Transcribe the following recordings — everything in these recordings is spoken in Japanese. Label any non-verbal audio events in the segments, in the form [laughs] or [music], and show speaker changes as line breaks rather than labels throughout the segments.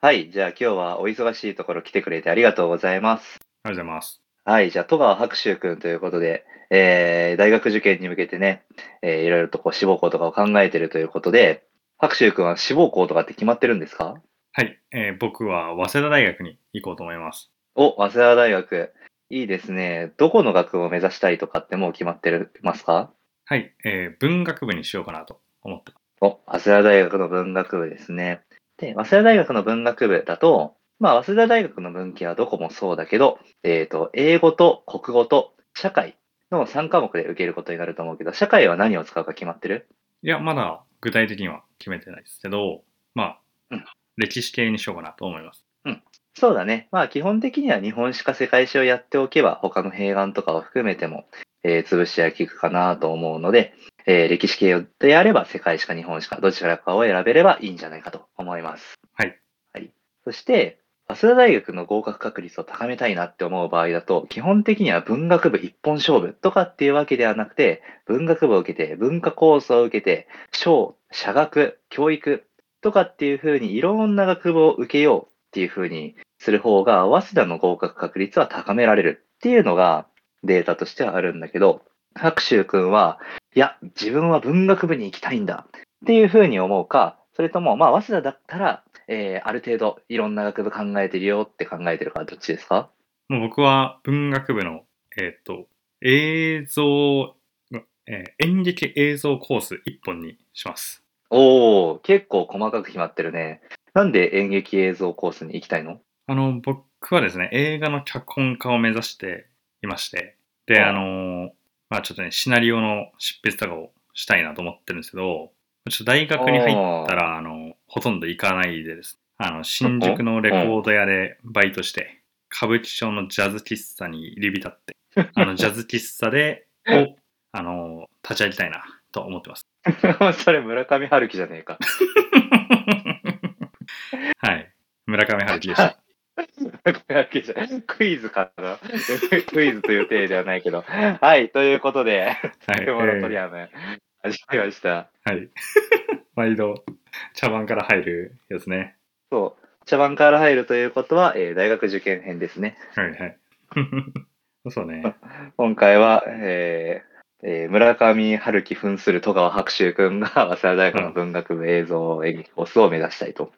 はい、じゃあ今日はお忙しいところ来てくれてありがとうございます。
ありがとうございます。
はい、じゃあ戸川白秋君ということで、えー、大学受験に向けてね、えー、いろいろとこう志望校とかを考えてるということで、白秋君は志望校とかって決まってるんですか
はい、えー、僕は早稲田大学に行こうと思います。
お、早稲田大学。いいですね。どこの学部を目指したいとかってもう決まってますか
はい、えー、文学部にしようかなと思ってます。
お、早稲田大学の文学部ですね。で、早稲田大学の文学部だと、まあ、早稲田大学の文系はどこもそうだけど、えっ、ー、と、英語と国語と社会の3科目で受けることになると思うけど、社会は何を使うか決まってる
いや、まだ具体的には決めてないですけど、まあ、うん、歴史系にしようかなと思います。
うん。そうだね。まあ、基本的には日本史か世界史をやっておけば、他の併願とかを含めても、えー、潰し合い聞くかなと思うので、えー、歴史系であれば世界史か日本史か、どちらかを選べればいいんじゃないかと思います。
はい。
はい。そして、早稲田大学の合格確率を高めたいなって思う場合だと、基本的には文学部一本勝負とかっていうわけではなくて、文学部を受けて、文化コースを受けて、小、社学、教育とかっていうふうにいろんな学部を受けようっていうふうにする方が、早稲田の合格確率は高められるっていうのがデータとしてはあるんだけど、白秋君は、いや、自分は文学部に行きたいんだっていうふうに思うか、それとも、まあ、早稲田だったら、えー、ある程度いろんな学部考えてるよって考えてるからどっちですか
もう僕は文学部の、えっ、ー、と、映像、えー、演劇映像コース1本にします。
おお、結構細かく決まってるね。なんで演劇映像コースに行きたいの
あの、僕はですね、映画の脚本家を目指していまして、で、あのまあちょっとね、シナリオの執筆とかをしたいなと思ってるんですけど、ちょっと大学に入ったら、あの、ほとんど行かないでです。あの、新宿のレコード屋でバイトして、歌舞伎町のジャズ喫茶に入り浸って、あの、ジャズ喫茶で、を、あの、立ち上げたいなと思ってます。
[laughs] それ村上春樹じゃねえか。
はい。村上春樹でした。
クイズかな [laughs] クイズという体ではないけど。はい、ということで、はい、モラトリアム、始まりました。
はい。 [laughs] 毎度、茶番から入るやつね。
そう。茶番から入るということは、えー、大学受験編ですね。
はいはい。 [laughs] そうね。
今回は、えー、えー、村上春樹扮する戸川白秋君が早稲田大学の文学部映像演劇コースを目指したいと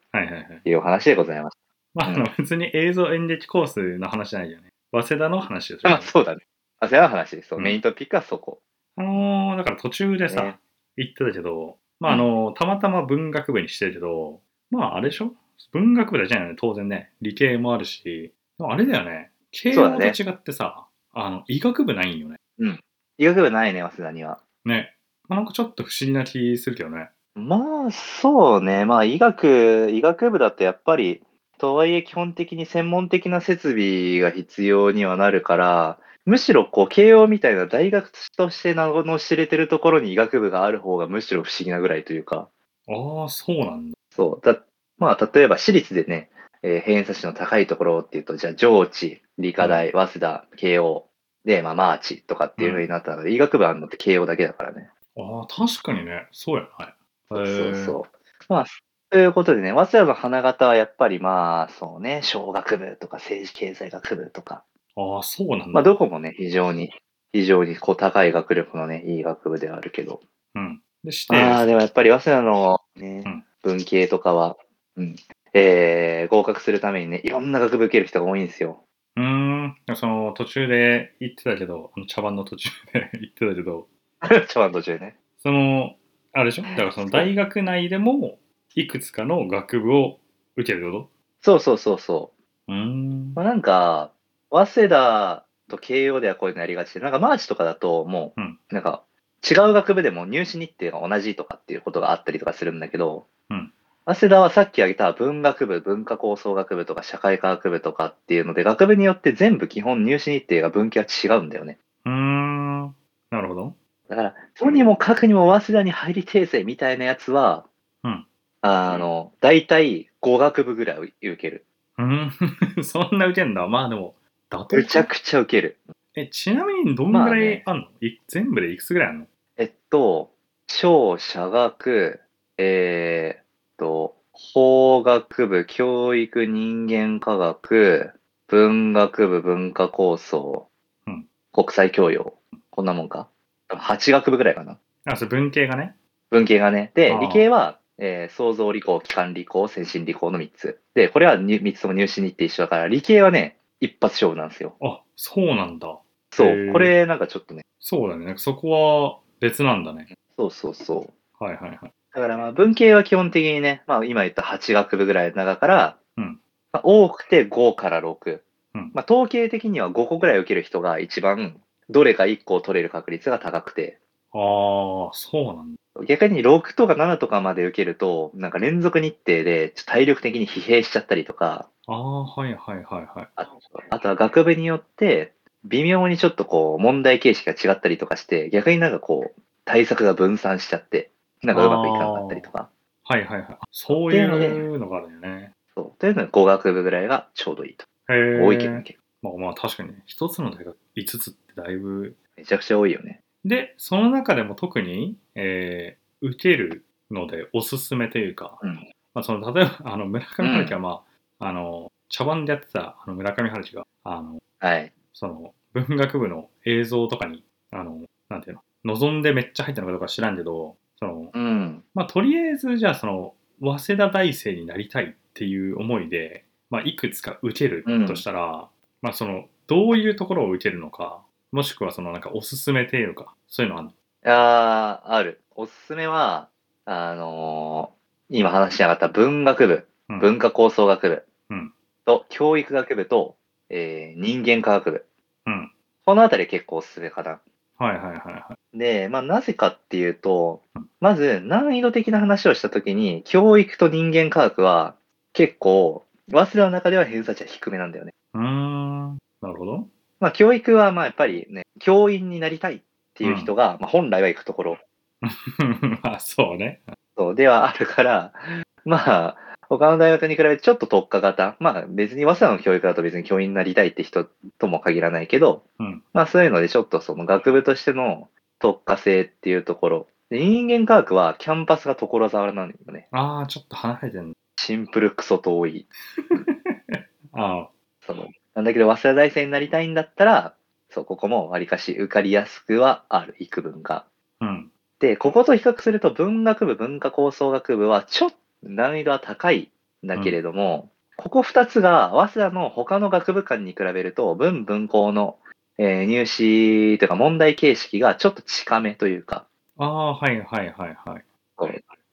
いうお話でございました。
まあ、あの、別に映像演劇コースの話じゃないよね。早稲田の話です
よ、ね。あ、そうだね。早稲田の話です。そう、うん、メイントピックはそこ。
あのー、だから途中でさ、ね、言ってたけど、まあ、あのー、たまたま文学部にしてるけど、まあ、あれでしょ文学部だけじゃないよね、当然ね。理系もあるし、あれだよね。慶応と違ってさ、ね、あの、医学部ないんよね。
うん。医学部ないね、早稲田には。
ね。まあ、なんかちょっと不思議な気するけどね。
まあ、そうね。まあ、医学、医学部だとやっぱり、とはいえ基本的に専門的な設備が必要にはなるから、むしろこう慶応みたいな大学として名の知れてるところに医学部がある方がむしろ不思議なぐらいというか。
ああ、そうなんだ。
そう。だまあ、例えば私立でね、えー、偏差値の高いところっていうと、じゃあ上智、理科大、早稲田、慶応、で、まあ、マーチとかっていうふうになったので、うん、医学部あるのって慶応だけだからね。
ああ、確かにね。そうやな、ね。
そうそうそう。まあ、ということでね、早稲田の花形はやっぱりまあ、そうね、小学部とか政治経済学部とか。
ああ、そうなんだ。
まあ、どこもね、非常に、非常にこう高い学力のね、いい学部ではあるけど。
うん。
でして。ああ、でもやっぱり早稲田のね、うん、文系とかは、うん。えー、合格するためにね、いろんな学部受ける人が多いんです [laughs] よ。
うん。その、途中で言ってたけど、茶番の途中で [laughs] 言ってたけど。
茶番の途中でね。
その、あれでしょだからその大学内でも、いくつかの学部を受けること。
そうそうそうそう
うん。
まあ、なんか、早稲田と慶応ではこういうのやりがちで、なんかマーチとかだともう、うん、なんか違う学部でも入試日程が同じとかっていうことがあったりとかするんだけど、
うん、
早稲田はさっき挙げた文学部、文化構想学部とか社会科学部とかっていうので、学部によって全部基本入試日程が分岐は違うんだよね。
うん。なるほど。
だから、とにもかくにも早稲田に入りてえぜみたいなやつは、
うん、
あの、大体語学部ぐらい受ける。
うん、そんな [laughs] 受けんだ。まあでも、
だと。むちゃくちゃ受ける。
え、ちなみにどんぐらいあんの、まあね、全部でいくつぐらいあんの
えっと、小、社学、えー、っと、法学部、教育人間科学、文学部、文化構想、
うん
国際教養。こんなもんか ?8 学部ぐらいかな。
あ、それ文系がね。
文系がね。
あ
で
ー、
理系は、えー創造理工、機関理工、先進理工の3つ。で、これは3つとも入試に行って一緒だから、理系はね、一発勝負なんですよ。
あ、そうなんだ。
そ
へー
う。これ、なんかちょっとね、
そうだね。なんかそこは別なんだね。
そうそうそう。
はいはいはい。
だからまあ、文系は基本的にね、まあ今言った8学部ぐらいの中から、
うん
まあ、多くて5から6。
うん
まあ統計的には5個ぐらい受ける人が一番、どれか1個を取れる確率が高くて、
ああ、そうなんだ。
逆に6とか7とかまで受けると、なんか連続日程でちょっと体力的に疲弊しちゃったりとか、
ああ、はいはいはいはい。
ああとは学部によって、微妙にちょっとこう、問題形式が違ったりとかして、逆になんかこう、対策が分散しちゃって、なんかうまくいかなかったりとか。
はいはいはい。そういうのがあるよね。
そう。というのが語学部ぐらいがちょうどいいと。
へえ。
多いけどね、結構
まあまあ確かに一つの大学5つってだいぶ。
めちゃくちゃ多いよね。
で、その中でも特に、えー受けるのでおすすめというか、
うん
まあ、その例えばあの村上春樹は、まああの茶番でやってたあの村上春樹があの
はい。
その文学部の映像とかにあのなんていうの望んでめっちゃ入ったのかどうか知らんけどその、
うん。
まあ、とりあえずじゃあその早稲田大生になりたいっていう思いで、まあ、いくつか受けるとしたら、まあ、そのどういうところを受けるのかもしくはそのなんかおすすめというかそういうのあるの
あー、ある。おすすめは、あのー今話しなかった文学部、
うん
文化構想学部
うん
と教育学部と、えー人間科学部。
うん
このあたり結構おすすめかな。
はいはいはいはい。
で、まあ、なぜかっていうと
うん、
まず難易度的な話をしたときに、教育と人間科学は結構、早稲田の中では偏差値は低めなんだよね。
うーん。なるほど。 [laughs]
まあ、教育はまあやっぱりね、教員になりたいっていう人が、まあ、本来は行くところ
まあそうね。
そうではあるから、 [laughs] まあ、他の大学に比べてちょっと特化型、まあ別に早稲田の教育だと別に教員になりたいって人とも限らないけど、
うん
まあそういうのでちょっとその学部としての特化性っていうところ。で人間科学はキャンパスが所沢なんだよね。
ああ、ちょっと離れてんの。
シンプルクソ遠い。
あ
そのなんだけど、早稲田大生になりたいんだったら、そう、ここもわりかし受かりやすくはある、幾分が。
あ、うん。
で、ここと比較すると文学部、文化構想学部はちょっと難易度は高いんだけれども、ここ2つが早稲田の他の学部間に比べると、文文校の、えー入試というか問題形式がちょっと近めというか、
ああ、はいはいはいはい。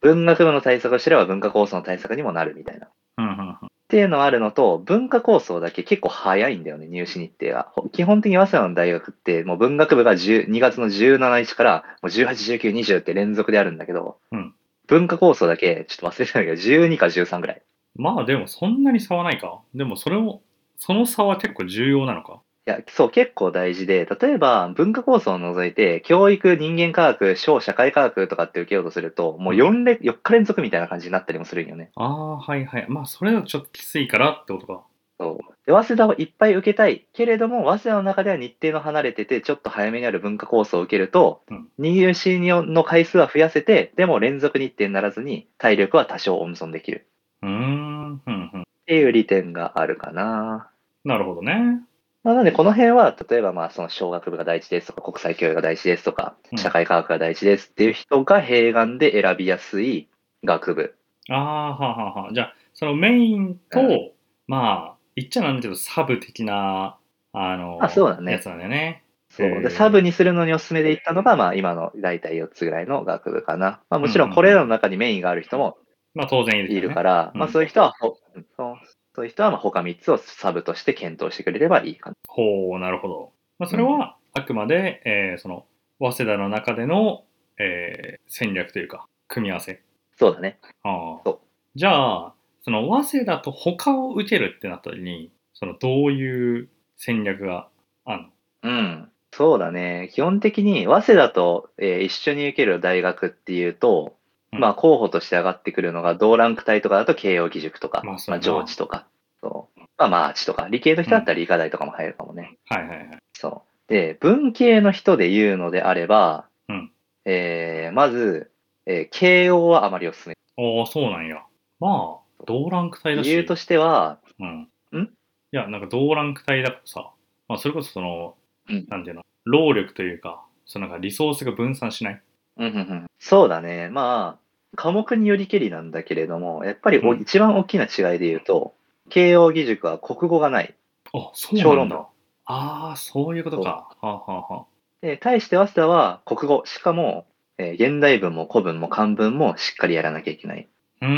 文学部の対策をしてれば文化構想の対策にもなるみたいな。っ
うんうんうん。
ていうのはあるのと、文化構想だけ結構早いんだよね、入試日程が。ほ基本的に早稲田の大学って、もう文学部が10 2月の17日から、もう18、19、20って連続であるんだけど、
うん
文化構想だけ、ちょっと忘れてたんだけど、12か13ぐらい。
まあでもそんなに差はないか。でもそれも、その差は結構重要なのか。
いや、そう、結構大事で、例えば文化構想を除いて、教育、人間科学、小社会科学とかって受けようとすると、もう4連、4日連続みたいな感じになったりもするんよね。
ああ、はいはい。まあそれだとちょっときついからってことか。
そう。で、早稲田をいっぱい受けたい。けれども、早稲田の中では日程の離れてて、ちょっと早めにある文化コースを受けると、
うん
入試の回数は増やせて、でも連続日程にならずに、体力は多少温存できる。
うーん、うんうん。
っていう利点があるかな。
なるほどね。
まあ、なので、この辺は、例えば、まあ、その、小学部が第一ですとか、国際教育が第一ですとか
う、ん
社会科学が第一ですっていう人が、併願で選びやすい学部。
ああ、はあはあはあ。じゃあ、そのメインと、
うん
まあ、言っちゃなんだけど、サブ的な、あの、
あそうだね
やつなんだよね。
そう
へー
でサブにするのにおすすめで言ったのが、まあ、今の大体4つぐらいの学部かな。まあ、もちろん、これらの中にメインがある人も
まあ当然いる,、。
いるからら、
うん
まあ、そういう人はほ、そうそういう人はまあ他3つをサブとして検討してくれればいいかな。
ほう、なるほど。まあそれは、あくまで、えーその、早稲田の中での、えー戦略というか、組み合わせ。
そうだね。
ああ
そう。
じゃあ、その早稲田と他を受けるってなった時に、そのどういう戦略があるの
うん。そうだね。基本的に、早稲田と、えー一緒に受ける大学っていうと、
うん
まあ、候補として上がってくるのが、同ランク帯とかだと慶応義塾とか、ま
まあ
あ
そうだな
上智とか、そうまあ、マーチとか、理系の人だったら理科大とかも入るかもね。
はいはいはい。
そう。で、文系の人で言うのであれば、
うん
えーまず、えー慶応はあまりおすすめ。
おお、そうなんや。まあ、同ランク帯だし。
理由としては、
うん。
ん
いや、なんか同ランク帯だからさ、まあ、それこそその、
うん
なんていうの、労力というか、そのなんかリソースが分散しない。
うんうんうん、そうだね。まあ、科目によりけりなんだけれども、やっぱりお
うん
一番大きな違いで言うと、慶応義塾は国語がない。
あ、そう
小
な
論
ん
文
だ。ああ、そういうことか。はあ、はあは
で、対して早稲田は国語、しかも、えー現代文も古文も漢文もしっかりやらなきゃいけない。っ
あ、うー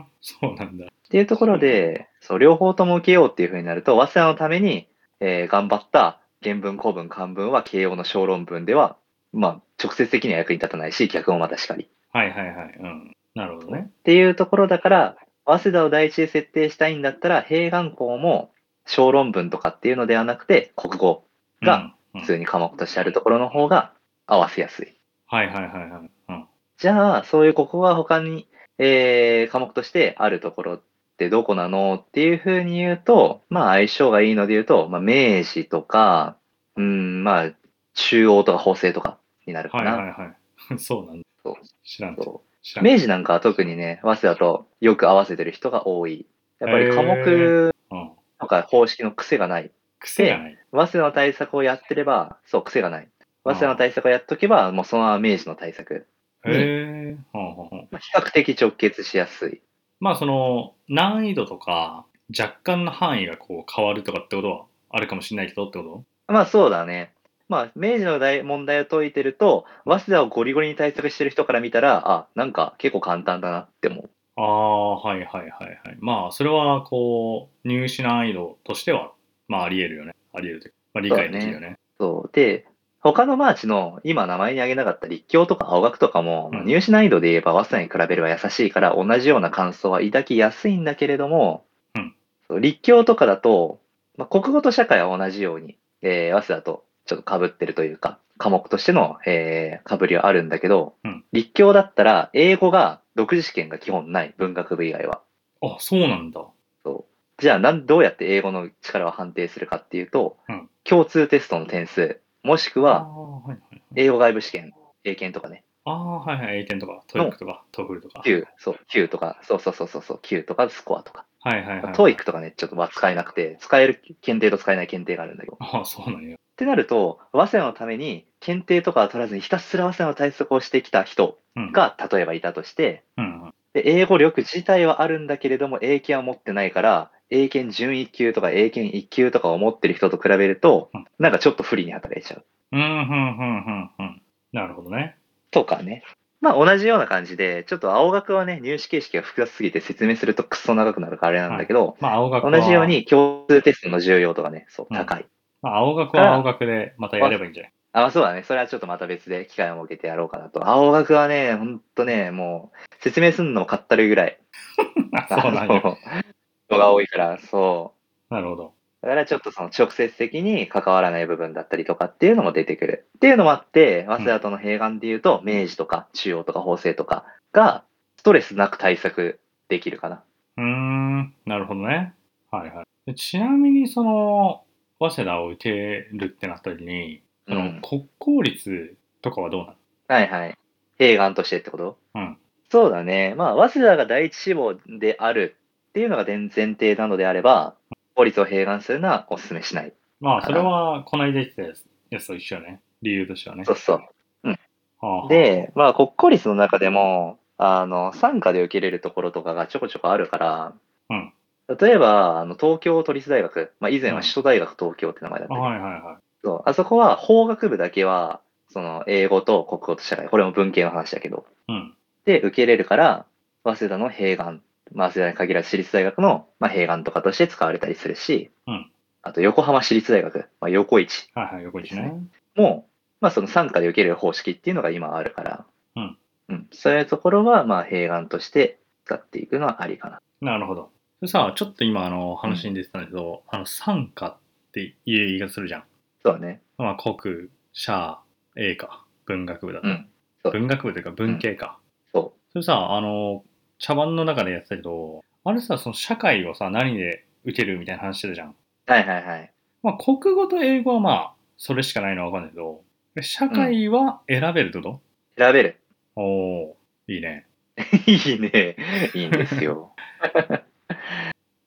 ん、そうなんだ。
ていうところで、そう、両方とも受けようっていうふうになると、早稲田のために、えー頑張った原文、古文、漢文は慶応の小論文では、まあ、直接的には役に立たないし、逆もまたしかり。
はいはいはい。うん。なるほどね。
っていうところだから、早稲田を第一で設定したいんだったら、併願校も小論文とかっていうのではなくて、国語、が
う
普
ん、うん
通に科目としてあるところの方が合わせやすい。
はいはいはいはい。うん。
じゃあ、そういう国語が他に、えー科目としてあるところってどこなのっていうふうに言うと、まあ相性がいいので言うと、まあ明治とか、うん、まあ中央とか法政とかになるか
はい
な。
はいはい。 [laughs] そうなんだ
そう。
知らん
そう
と。知らん。
明治なんかは特にね、早稲田とよく合わせてる人が多い。やっぱり科
へ
目
うん。
とか方式の癖がない。
癖がない。
早稲田の対策をやってれば、そう、癖がない。早稲田の対策をやっとけば、もうそのまま明治の対策。
へえ。ほんほんほん
まあ比較的直結しやすい。
まあその難易度とか若干の範囲がこう変わるとかってことはあるかもしれないけどってこと
まあそうだね。まあ、明治の大問題を解いてると、早稲田をゴリゴリに対策してる人から見たら、あ、なんか結構簡単だなって思う。
ああはいはいはいはいまあそれはこう入試難易度としてはまあありえるよねありえるというか、まあ、理解できるよね
そう。で、他のマーチの今名前に挙げなかった立教とか青学とかも、
うん
入試難易度で言えば早稲田に比べれば優しいから同じような感想は抱きやすいんだけれども、
うん
そう立教とかだと、まあ、国語と社会は同じように、えー、早稲田とちょっと被ってるというか、科目としての、えー、被りはあるんだけど、
うん
立教だったら英語が独自試験が基本ない、文学部以外は。
あそうなんだ
じゃあなんどうやって英語の力を判定するかっていうと、
うん
共通テストの点数、もしく
あ
は、
ーはいはい
英語外部試験、英検とかね、
あーはいはい英検とかトイックとかトフルとか
Q、そう、Q とか、そうそうそうそうそう、Q とかスコアとか、
はいはいはい
トイックとかね、ちょっとまあ使えなくて、使える検定と使えない検定があるんだけど。っ
ああそうなんや
てなると、早稲田のために検定とかは取らずにひたすら早稲田の対策をしてきた人
うん
が、例えばいたとして、
うんうん
で英語力自体はあるんだけれども、英検は持ってないから、英検準1級とか英検1級とかを持ってる人と比べると
うん、
なんかちょっと不利に働いちゃう。
うんうんうんうんうんなるほどね
とかね。まあ同じような感じで、ちょっと青学はね、入試形式が複雑すぎて説明するとクソ長くなるからあれなんだけど、
まあ青学
同
は
じよう、に共通テストの重要度がね、そう、
うん
高い。
まあ、青学は青学でまたやればいいんじゃない
あ、まあそうだね。それはちょっとまた別で機会を設けてやろうかなと。青学はね、ほんとね、もう、説明すんのもかったるいぐらい。
あ [laughs] そうなんや
あの人が多いから、そ
なるほど
う。だからちょっとその直接的に関わらない部分だったりとかっていうのも出てくる。っていうのもあって、早稲田との併願で言うと、明治とか中央とか法政とかがストレスなく対策できるかな。
うーん、なるほどね。はいはいで。ちなみに、その、早稲田を受けるってなった時に、その
うん
国公立とかはどうなの
はいはい。併願としてってこと
うん
そうだね。まあ、早稲田が第一志望であるっていうのが前提なのであれば、法律を併願するのはお勧めしない。
まあ、それは、こないだ言ってたやつやつと一緒よね。理由としてはね。
そうそう。
はあ、
で、まあ、国公立の中でも、あの、参加で受けれるところとかがちょこちょこあるから、
うん
例えば、あの東京都立大学、まあ、以前は首都大学東京って名前だった
あ
けど、
はいはいはい。
そうあそこは法学部だけは、その、英語と国語と社会、これも文系の話だけど、
うん。
で受け入れるから、早稲田の併願、まあ、早稲田に限らず私立大学の、まあ、併願とかとして使われたりするし、
うん
あと横浜市立大学、まあ、横市
はいはい、横一
で
ね
す。も、まあ、その参加で受ける方式っていうのが今あるから、
うん
うん、そういうところは、まあ、併願として使っていくのはありかな。
なるほど。でさ、ちょっと今、あの、話に出てたんだけど、あの、参加っていう言い方するじゃん。
そうだね。
まあ、国、社、英か。文学部だと。
うんそう
文学部というか、文系か。
そ
それさ、あの、茶番の中でやってたけど、あれさ、その社会をさ、何で受けるみたいな話してたじゃん。
う。はいはいはい。
まあ、国語と英語はまあ、それしかないのはわかんないけど、社会は選べるってこと、
選べる。 [laughs]
おー、いいね。
いいね。いいんですよ。 [laughs]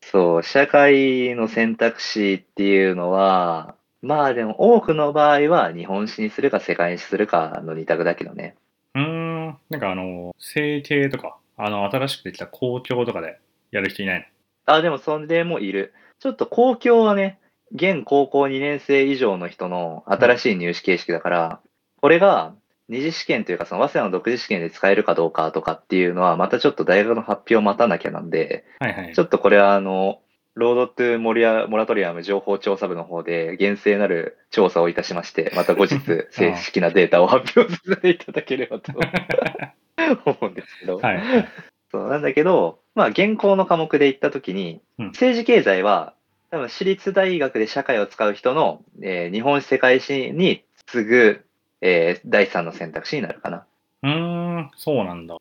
そう、社会の選択肢っていうのは、まあでも多くの場合は日本史にするか世界史するかの二択だけどね。
うーん、なんかあの、整形とか、あの、新しくできた公共とかでやる人いないの
あ、でもそれもいる。ちょっと公共はね、現高校2年生以上の人の新しい入試形式だから、これが二次試験というかその早稲田の独自試験で使えるかどうかとかっていうのは、またちょっと大学の発表を待たなきゃなんで、
はいはい
ち。ょっとこれはあの、ロードトゥモリアモラトリアム情報調査部の方で厳正なる調査をいたしまして、また
[laughs]
後日正式なデータを発表させていただければと思うんですけど、
はい。
そうなんだけど、まあ現行の科目で行った時に、
うん
政治経済は多分私立大学で社会を使う人の、えー日本史世界史に次ぐ、えー第三の選択肢になるかな。
うーん、そうなんだ。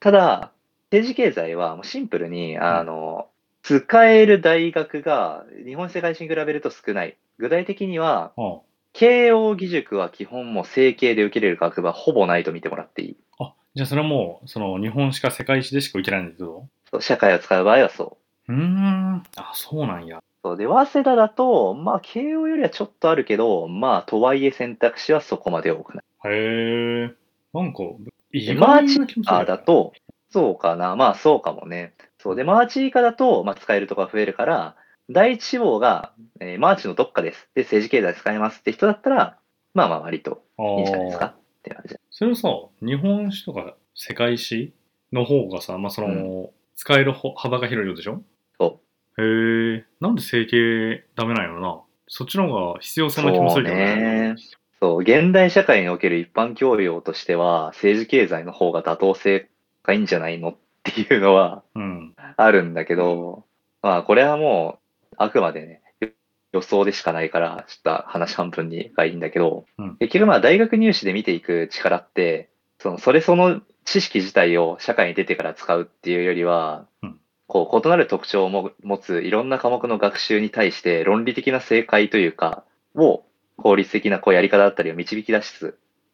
ただ、政治経済はもうシンプルに、あの、使える大学が日本世界史に比べると少ない。具体的には、
あ
慶応義塾は基本もう整形で受けれる学部はほぼないと見てもらっていい。
あ。あ、じゃあそれはもう、その、日本史か世界史でしか受けられないんだけど。
そう社会を使う場合はそう。
うーん、あ、そうなんや。
そうで、早稲田だと、まあ、慶応よりはちょっとあるけど、まあ、とはいえ選択肢はそこまで多くない。
へえ。なんか、意
で、マーチ
な気もする
あだと、そうかな、まあ、そうかもね。そうで、マーチ以下だと、まあ、使えるとこが増えるから、第一志望が、えーマーチのどっかです。で、政治経済使えますって人だったら、まあまあ、割と
あ
いいんじゃないです
ー
かって感じ。
それをさ、日本史とか世界史の方がさ、まあ、その、
う
使えるほ幅が広いようでしょ
そ
へえ、なんで整形ダメなんやろな。そっちの方が必要そうな気もするけどね。
そう、現代社会における一般教養としては、政治経済の方が妥当性がいいんじゃないのっていうのは、
うん。
あるんだけど、まあこれはもうあくまでね、よ予想でしかないから、ちょっと話半分にがいいんだけど、
うん
結局まあ大学入試で見ていく力って、そのそれその知識自体を社会に出てから使うっていうよりは、
うん
こう異なる特徴をも持ついろんな科目の学習に対して論理的な正解というか、を効率的なこうやり方だったりを導き出し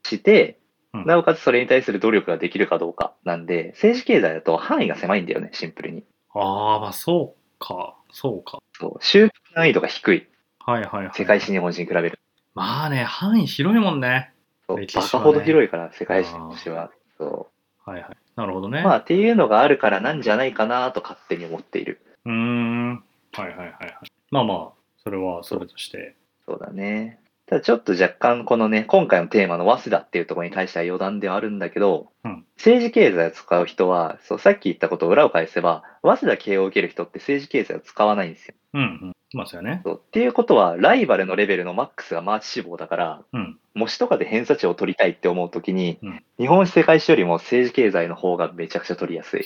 して、
うん
なおかつそれに対する努力ができるかどうかなんで、政治経済だと範囲が狭いんだよね、シンプルに。
ああ、まあそうか、そうか。
そう、修復難易度が低い。
はいはいはい。
世界史、日本史に比べる
まあね、範囲広いもんね。
と、
歴史は
バ
ね
カほど広いから、世界史、日本史は。そ
はいはい。なるほど
う。
ね。
まあ、っていうのがあるからなんじゃないかなと勝手に思っている。
うーん。はいはいはいはい。まあまあ、それはそれとして。
そうだね。ただちょっと若干このね、今回のテーマの早稲田っていうところに対しては余談ではあるんだけど、
うん
政治経済を使う人はそう、さっき言ったことを裏を返せば、早稲田系を受ける人って政治経済を使わないんですよ。
うんうん。まあそうやね。
そうっていうことは、ライバルのレベルのマックスがマーチ志望だから、
うん。
模試とかで偏差値を取りたいって思うときに、
うん
日本史世界史よりも政治経済の方がめちゃくちゃ取りやすい。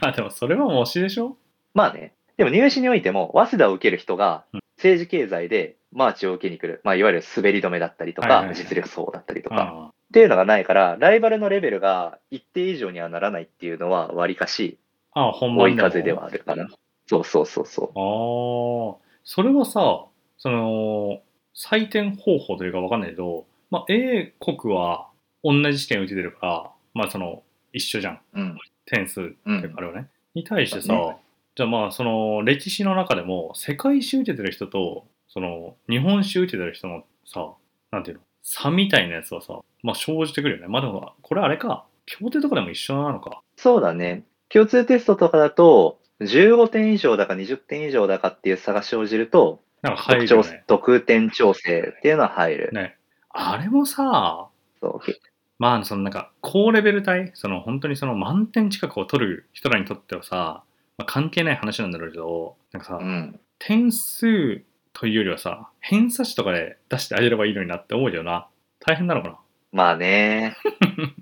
ま [laughs] あでもそれは模試でしょ
まあね、でも入試においても、早稲田を受ける人が
うん
政治経済でマーチを受けに来る、まあ、いわゆる滑り止めだったりとか、
はいはいはい
実力層だったりと
う
か、っ
ん。
ていうのがないから、ライバルのレベルが一定以上にはならないっていうのは、わりかし
ああ、本番
追い
も
風ではあるかな。そうそうそうそう。
ああ、それはさ、その、採点方法というかわかんないけど、まあ、A 国は同じ試験受けてるから、まあ、その、一緒じゃん。
うん。
点数って
う
いうんか、あれはね。に対してさ、
そうだ
じゃあまあ、その、歴史の中でも、世界史受けてる人と、その、日本史受けてる人のさ、なんていうの、差みたいなやつはさ、まあ、生じてくるよね。まあ、でも、これあれか、協定とかでも一緒なのか。
そうだね。共通テストとかだと、15点以上だか20点以上だかっていう差が生じると、
なんか
特
入る
徴
よね。
特典調整っていうのは入る。
ね。あれもさ、
そうけ
まあ、そのなんか、高レベル帯、その本当にその満点近くを取る人らにとってはさ、まあ、関係ない話なんだろうけど、なんかさ、
うん。
点数というよりはさ、偏差値とかで出してあげればいいのになって思うよな。大変なのかない
まあね。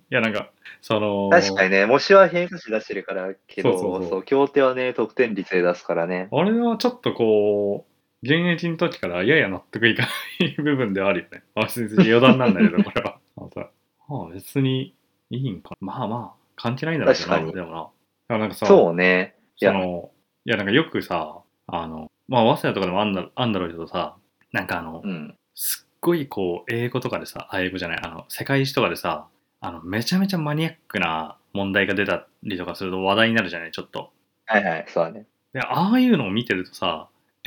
や、なんか、その、
確かにね、模試は偏差値出してるから、けど、
そ
そうう
そうそう
協定はね、得点率で出すからね。
あれはちょっとこう、現役の時からやや納得いかない部分ではあるよね。まあ、別に余談なんだけ
[laughs]
ど、これは。あそうまあ、別にいいんか。まあまあ、関係ないんだろうけどな、
確かに
でもな。だからなんかさ、
そうね。い
そ
や
のいやなんかよくさあのまあ早稲田とかでもあんだあんだろうけどさなんかあの、
うん。
すっごいこう英語とかでさあ英語じゃないあの世界史とかでさあのめちゃめちゃマニアックな問題が出たりとかすると話題になるじゃない、ちょっと。
はいはい、そうだね。 [laughs]
で、ああいうのを見てるとさ、 [laughs]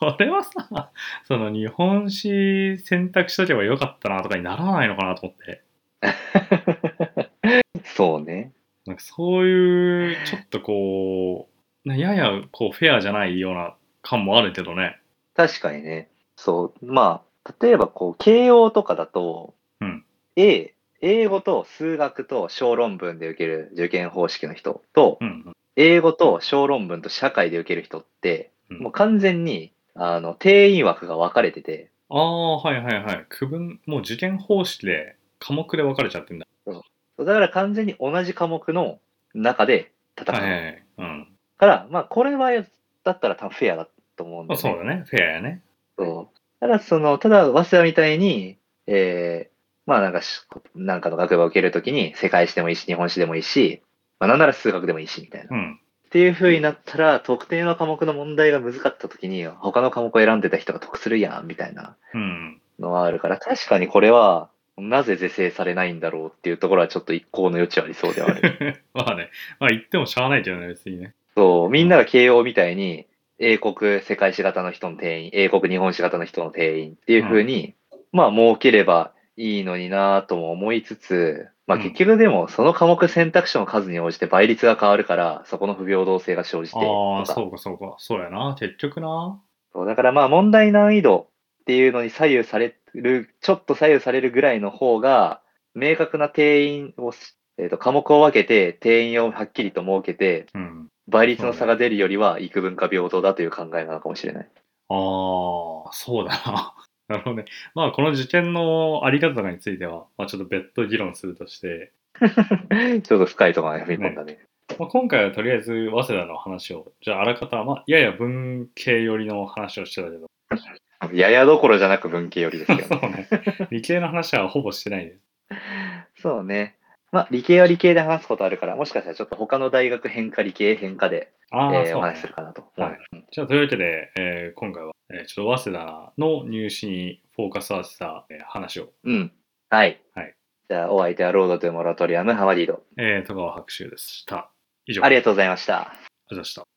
それはさ、その日本史選択しとけばよかったなとかにならないのかなと思って。
そうね。
なんかそういう、ちょっとこう、なややこうフェアじゃないような感もあるけどね。
確かにね。そう。まあ、例えばこう、慶応とかだと、
うん、
A、英語と数学と小論文で受ける受験方式の人と、
うん
英語と小論文と社会で受ける人って、
うん。
もう完全に、あの、定員枠が分かれてて、
ああ、はいはいはい。区分、もう受験方式で、科目で分かれちゃってんだ。
だから完全に同じ科目の中で戦う。
はいはいはい。うん。
から、まあ、これは、だったら多分フェアだと思うんだ
あ
よ
そうだね。フェアやね。
そう。ただ、その、ただ、早稲田みたいに、ええまあ、なんかし、なんかの学部を受けるときに、世界史でもいいし、日本史でもいいし、まあ、なんなら数学でもいいし、みたいな。っ
うん。
ていう風になったら、特定の科目の問題が難かったときに、他の科目を選んでた人が得するやん、みたいな
うん。
のはあるから、確かにこれは、なぜ是正されないんだろうっていうところは、ちょっと一向の余地はありそうではあ
[laughs]
る。
まあね。まあ言ってもしゃあないけどね、別にね。
そう、みんなが慶応みたいに、英国世界史型の人の定員、英国日本史型の人の定員っていう風に、まあ、設ければいいのになぁとも思いつつ、まあ、
うん
結局でも、その科目選択肢の数に応じて倍率が変わるから、そこの不平等性が生じてと
ああ、
か
そうかそうか。そうやな。結局な。
そうだからまあ、問題難易度っていうのに左右される、ちょっと左右されるぐらいの方が、明確な定員をし、えーと、科目を分けて、定員をはっきりと設けて、
うん。
倍率の差が出るよりは、幾分か平等だという考えなのかもしれない。
ああ、そうだな。 [laughs] なるほどね。まあこの受験のあり方とかについては、まあちょっと別途議論するとして、 [laughs]
ちょっと深いところに踏み込んだね。
まあ、今回はとりあえず早稲田の話を、じゃああらかた、まあやや文系寄りの話をしてたけど、
ややどころじゃなく文系よりですけど
[laughs] そう
ね。
ね。理系の話はほぼしてないです。
そうね。まあ、理系は理系で話すことあるから、もしかしたらちょっと他の大学変化、理系変化で、
ああ、
えー
そ
お
う、
話し
ね
す。るかなと思
はいい。じゃあ、というわけで、えー今回は、えーちょっと早稲田の入試にフォーカス合わせた、えー話を、
うん。はい。
はい
じゃあ、お相手はロードというモラトリアム、ハマディード。
えー、戸川白秋でした。以上。
あり
ありが
がとうございました。
とうございました。